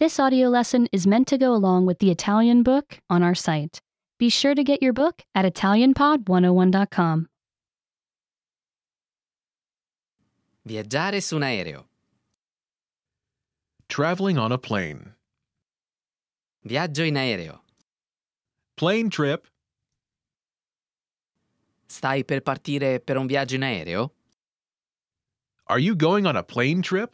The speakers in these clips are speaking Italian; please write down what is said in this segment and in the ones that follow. This audio lesson is meant to go along with the Italian book on our site. Be sure to get your book at ItalianPod101.com. Viaggiare su un aereo. Traveling on a plane. Viaggio in aereo. Plane trip. Stai per partire per un viaggio in aereo? Are you going on a plane trip?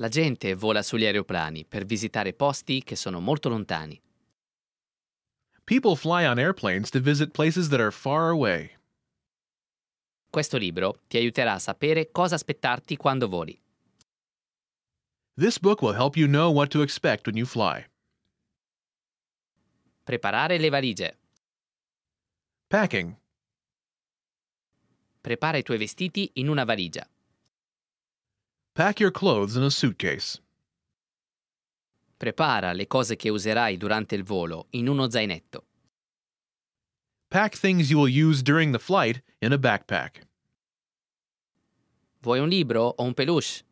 La gente vola sugli aeroplani per visitare posti che sono molto lontani. People fly on airplanes to visit places that are far away. Questo libro ti aiuterà a sapere cosa aspettarti quando voli. This book will help you know what to expect when you fly. Preparare le valigie. Packing. Prepara i tuoi vestiti in una valigia. Pack your clothes in a suitcase. Prepara le cose che userai durante il volo in uno zainetto. Pack things you will use during the flight in a backpack. Vuoi un libro o un peluche?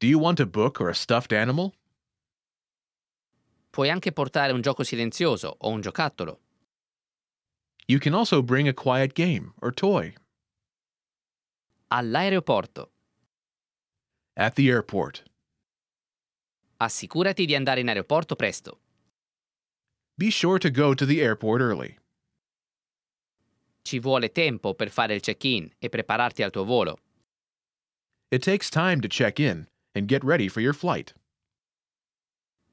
Do you want a book or a stuffed animal? Puoi anche portare un gioco silenzioso o un giocattolo. You can also bring a quiet game or toy. All'aeroporto. At the airport. Assicurati di andare in aeroporto presto. Be sure to go to the airport early. Ci vuole tempo per fare il check-in e prepararti al tuo volo. It takes time to check in and get ready for your flight.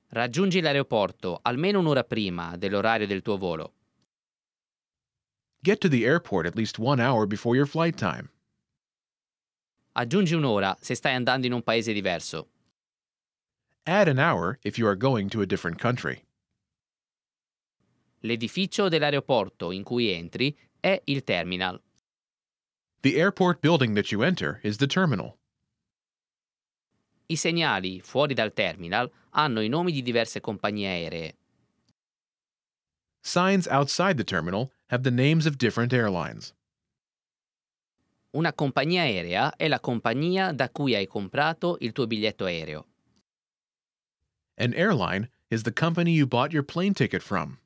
Raggiungi l'aeroporto almeno un'ora prima dell'orario del tuo volo. Get to the airport at least one hour before your flight time. Aggiungi un'ora se stai andando in un paese diverso. Add an hour if you are going to a different country. L'edificio dell'aeroporto in cui entri è il terminal. The airport building that you enter is the terminal. I segnali fuori dal terminal hanno i nomi di diverse compagnie aeree. Signs outside the terminal have the names of different airlines. Una compagnia aerea è la compagnia da cui hai comprato il tuo biglietto aereo. An airline is the company you bought your plane ticket from.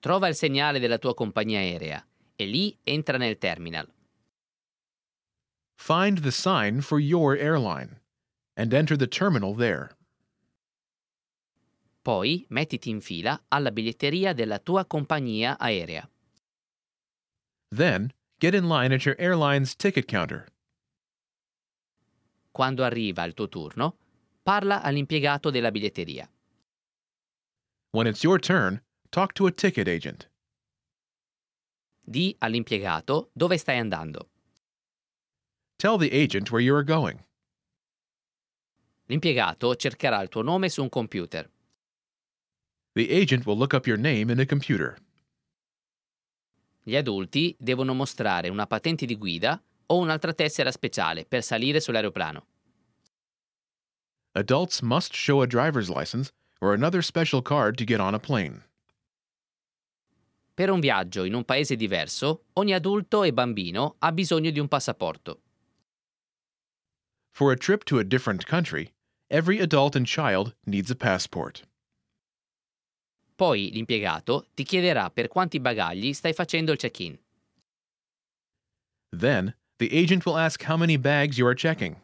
Trova il segnale della tua compagnia aerea e lì entra nel terminal. Find the sign for your airline and enter the terminal there. Poi mettiti in fila alla biglietteria della tua compagnia aerea. Then, get in line at your airline's ticket counter. Quando arriva il tuo turno, parla all'impiegato della biglietteria. When it's your turn, talk to a ticket agent. Di all'impiegato dove stai andando. Tell the agent where you are going. L'impiegato cercherà il tuo nome su un computer. The agent will look up your name in a computer. Gli adulti devono mostrare una patente di guida o un'altra tessera speciale per salire sull'aeroplano. Adults must show a driver's license or another special card to get on a plane. Per un viaggio in un paese diverso, ogni adulto e bambino ha bisogno di un passaporto. For a trip to a different country, every adult and child needs a passport. Poi l'impiegato ti chiederà per quanti bagagli stai facendo il check-in. Then, the agent will ask how many bags you are checking.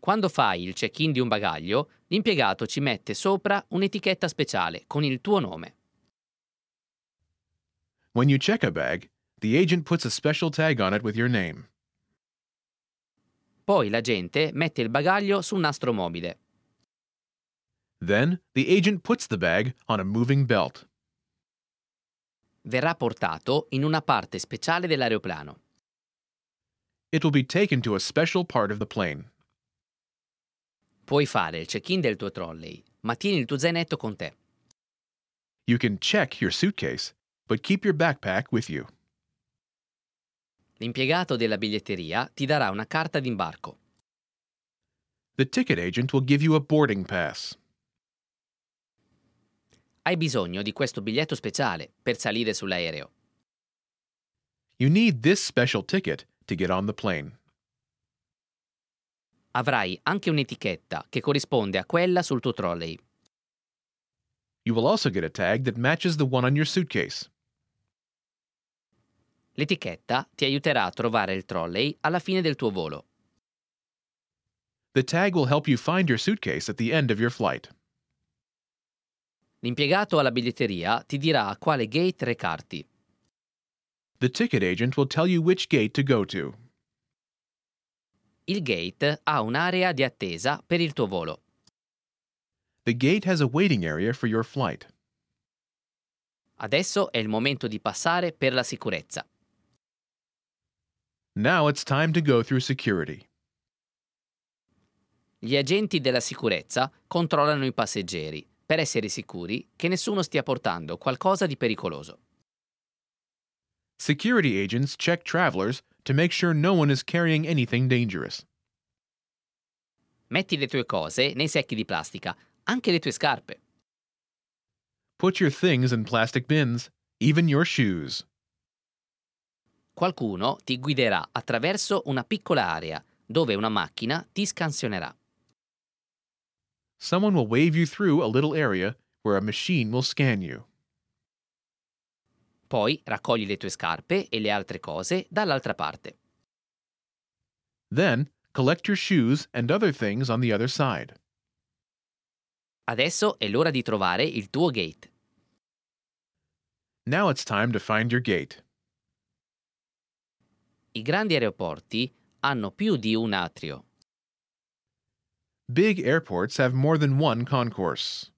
Quando fai il check-in di un bagaglio, l'impiegato ci mette sopra un'etichetta speciale con il tuo nome. When you check a bag, the agent puts a special tag on it with your name. Poi la gente mette il bagaglio su un nastro mobile. Then, the agent puts the bag on a moving belt. Verrà portato in una parte speciale dell'aeroplano. It will be taken to a special part of the plane. Puoi fare il check-in del tuo trolley, ma tieni il tuo zainetto con te. You can check your suitcase, but keep your backpack with you. L'impiegato della biglietteria ti darà una carta d'imbarco. The ticket agent will give you a boarding pass. Hai bisogno di questo biglietto speciale per salire sull'aereo. You need this special ticket to get on the plane. avrai anche un'etichetta che corrisponde a quella sul tuo trolley. You will also get a tag that matches the one on your suitcase. L'etichetta ti aiuterà a trovare il trolley alla fine del tuo volo. The tag will help you find your suitcase at the end of your flight. L'impiegato alla biglietteria ti dirà a quale gate recarti. The ticket agent will tell you which gate to go to. Il gate ha un'area di attesa per il tuo volo. The gate has a waiting area for your flight. Adesso è il momento di passare per la sicurezza. Now it's time to go through security. Gli agenti della sicurezza controllano i passeggeri per essere sicuri che nessuno stia portando qualcosa di pericoloso. Security agents check travelers to make sure no one is carrying anything dangerous. Metti le tue cose nei secchi di plastica, anche le tue scarpe. Put your things in plastic bins, even your shoes. Qualcuno ti guiderà attraverso una piccola area dove una macchina ti scansionerà. Someone will wave you through a little area where a machine will scan you. Poi raccogli le tue scarpe e le altre cose dall'altra parte. Then, collect your shoes and other things on the other side. Adesso è l'ora di trovare il tuo gate. Now it's time to find your gate. I grandi aeroporti hanno più di un atrio. Big airports have more than one concourse.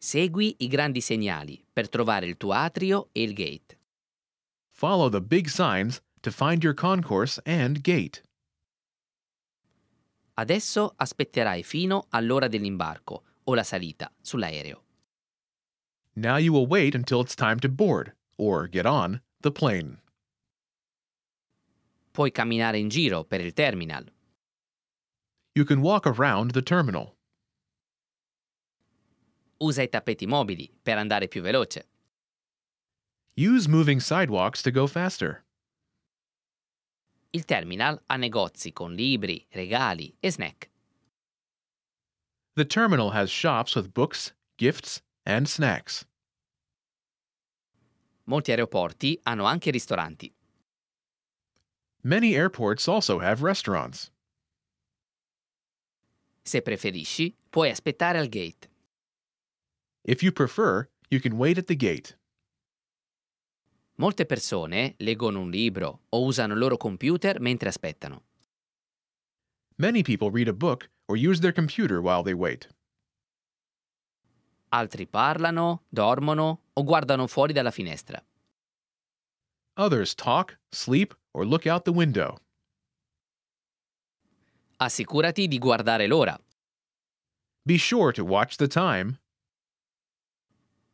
Segui i grandi segnali per trovare il tuo atrio e il gate. Follow the big signs to find your concourse and gate. Adesso aspetterai fino all'ora dell'imbarco o la salita sull'aereo. Now you will wait until it's time to board, or get on, the plane. Puoi camminare in giro per il terminal. You can walk around the terminal. Usa i tappeti mobili per andare più veloce. Use moving sidewalks to go faster. Il terminal ha negozi con libri, regali e snack. The terminal has shops with books, gifts, and snacks. Molti aeroporti hanno anche ristoranti. Many airports also have restaurants. Se preferisci, puoi aspettare al gate. If you prefer, you can wait at the gate. Molte persone leggono un libro o usano il loro computer mentre aspettano. Many people read a book or use their computer while they wait. Altri parlano, dormono o guardano fuori dalla finestra. Others talk, sleep, or look out the window. Assicurati di guardare l'ora. Be sure to watch the time.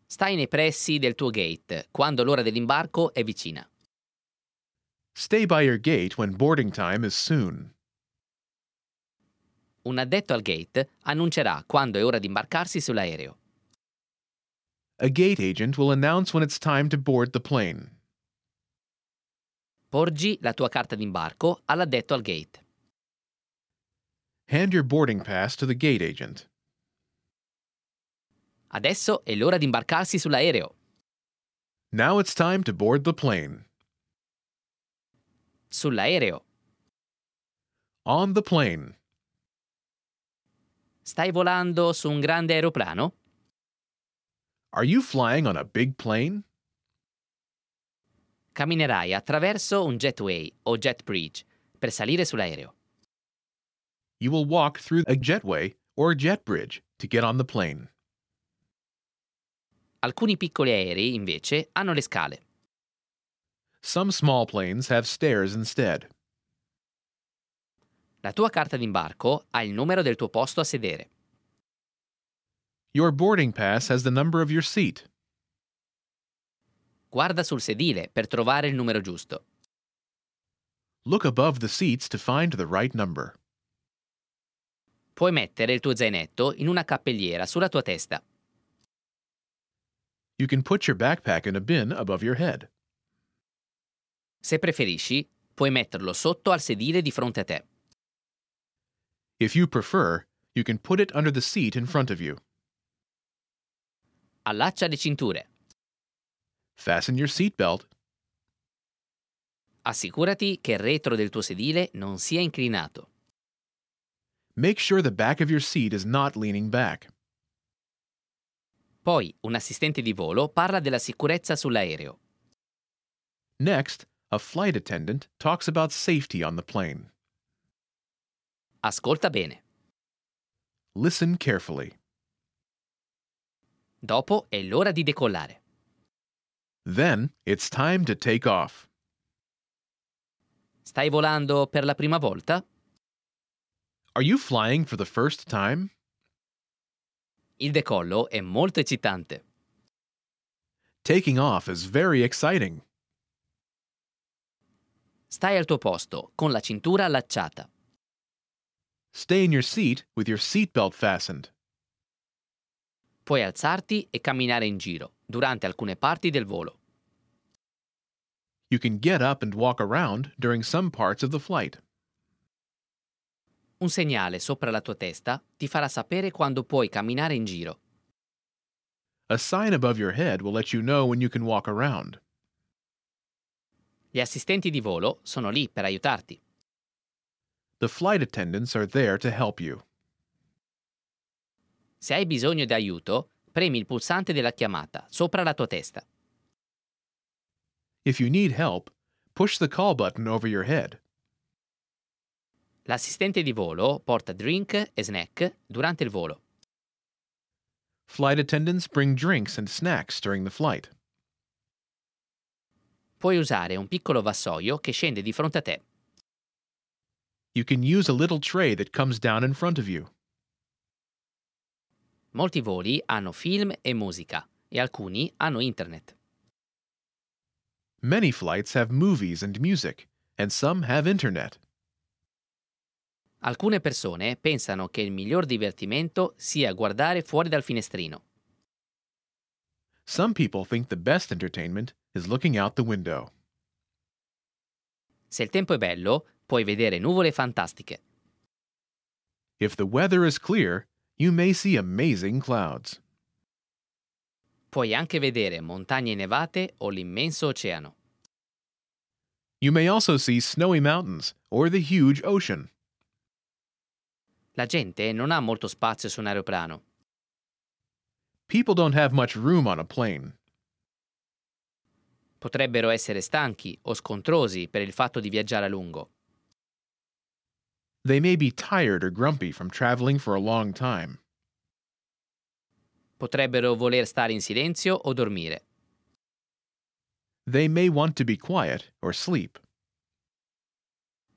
Stai nei pressi del tuo gate quando l'ora dell'imbarco è vicina. Stay by your gate when boarding time is soon. Un addetto al gate annuncerà quando è ora di imbarcarsi sull'aereo. A gate agent will announce when it's time to board the plane. Porgi la tua carta d'imbarco all'addetto al gate. Hand your boarding pass to the gate agent. Adesso è l'ora di imbarcarsi sull'aereo. Now it's time to board the plane. Sull'aereo. On the plane. Stai volando su un grande aeroplano? Are you flying on a big plane? Camminerai attraverso un jetway o jet bridge per salire sull'aereo. You will walk through a jetway or jet bridge to get on the plane. Alcuni piccoli aerei, invece, hanno le scale. Some small planes have stairs instead. La tua carta d'imbarco ha il numero del tuo posto a sedere. Your boarding pass has the number of your seat. Guarda sul sedile per trovare il numero giusto. Look above the seats to find the right number. Puoi mettere il tuo zainetto in una cappelliera sulla tua testa. You can put your backpack in a bin above your head. Se preferisci, puoi metterlo sotto al sedile di fronte a te. If you prefer, you can put it under the seat in front of you. Allaccia le cinture. Fasten your seatbelt. Assicurati che il retro del tuo sedile non sia inclinato. Make sure the back of your seat is not leaning back. Poi un assistente di volo parla della sicurezza sull'aereo. Next, a flight attendant talks about safety on the plane. Ascolta bene. Listen carefully. Dopo è l'ora di decollare. Then, it's time to take off. Stai volando per la prima volta? Are you flying for the first time? Il decollo è molto eccitante. Taking off is very exciting. Stai al tuo posto, con la cintura allacciata. Stay in your seat with your seatbelt fastened. Puoi alzarti e camminare in giro durante alcune parti del volo. You can get up and walk around during some parts of the flight. Un segnale sopra la tua testa ti farà sapere quando puoi camminare in giro. A sign above your head will let you know when you can walk around. Gli assistenti di volo sono lì per aiutarti. The flight attendants are there to help you. Se hai bisogno di aiuto, premi il pulsante della chiamata sopra la tua testa. If you need help, push the call button over your head. L'assistente di volo porta drink e snack durante il volo. Flight attendants bring drinks and snacks during the flight. Puoi usare un piccolo vassoio che scende di fronte a te. You can use a little tray that comes down in front of you. Molti voli hanno film e musica e alcuni hanno internet. Many flights have movies and music, and some have internet. Alcune persone pensano che il miglior divertimento sia guardare fuori dal finestrino. Some people think the best entertainment is looking out the window. Se il tempo è bello, puoi vedere nuvole fantastiche. If the weather is clear, you may see amazing clouds. Puoi anche vedere montagne nevate o l'immenso oceano. You may also see snowy mountains or the huge ocean. La gente non ha molto spazio su un aeroplano. People don't have much room on a plane. Potrebbero essere stanchi o scontrosi per il fatto di viaggiare a lungo. They may be tired or grumpy from traveling for a long time. Potrebbero voler stare in silenzio o dormire. They may want to be quiet or sleep.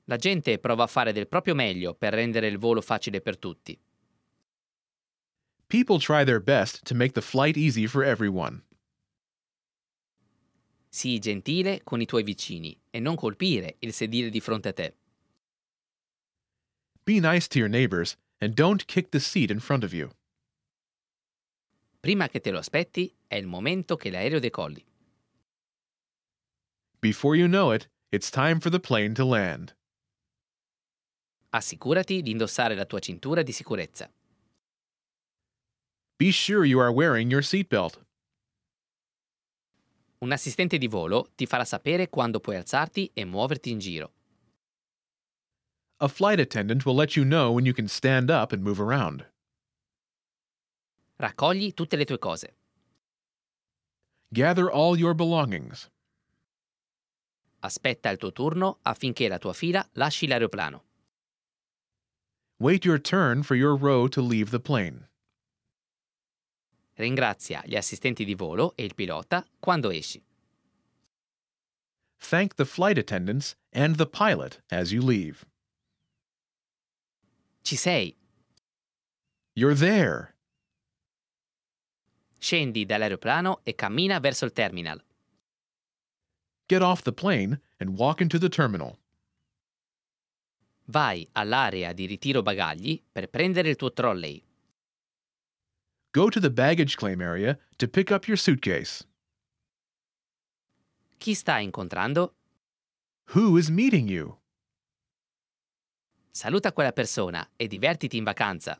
La gente prova a fare del proprio meglio per rendere il volo facile per tutti. People try their best to make the flight easy for everyone. Sii gentile con i tuoi vicini e non colpire il sedile di fronte a te. Be nice to your neighbors and don't kick the seat in front of you. Prima che te lo aspetti, è il momento che l'aereo decolli. Before you know it, it's time for the plane to land. Assicurati di indossare la tua cintura di sicurezza. Be sure you are wearing your seatbelt. Un assistente di volo ti farà sapere quando puoi alzarti e muoverti in giro. A flight attendant will let you know when you can stand up and move around. Raccogli tutte le tue cose. Gather all your belongings. Aspetta il tuo turno affinché la tua fila lasci l'aeroplano. Wait your turn for your row to leave the plane. Ringrazia gli assistenti di volo e il pilota quando esci. Thank the flight attendants and the pilot as you leave. Ci sei! You're there. Scendi dall'aeroplano e cammina verso il terminal. Get off the plane and walk into the terminal. Vai all'area di ritiro bagagli per prendere il tuo trolley. Go to the baggage claim area to pick up your suitcase. Chi sta incontrando? Who is meeting you? Saluta quella persona e divertiti in vacanza.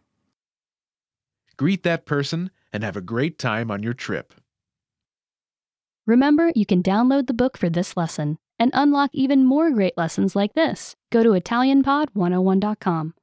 Greet that person and have a great time on your trip. Remember, you can download the book for this oh lesson and unlock even more great lessons like this. Go to ItalianPod101.com.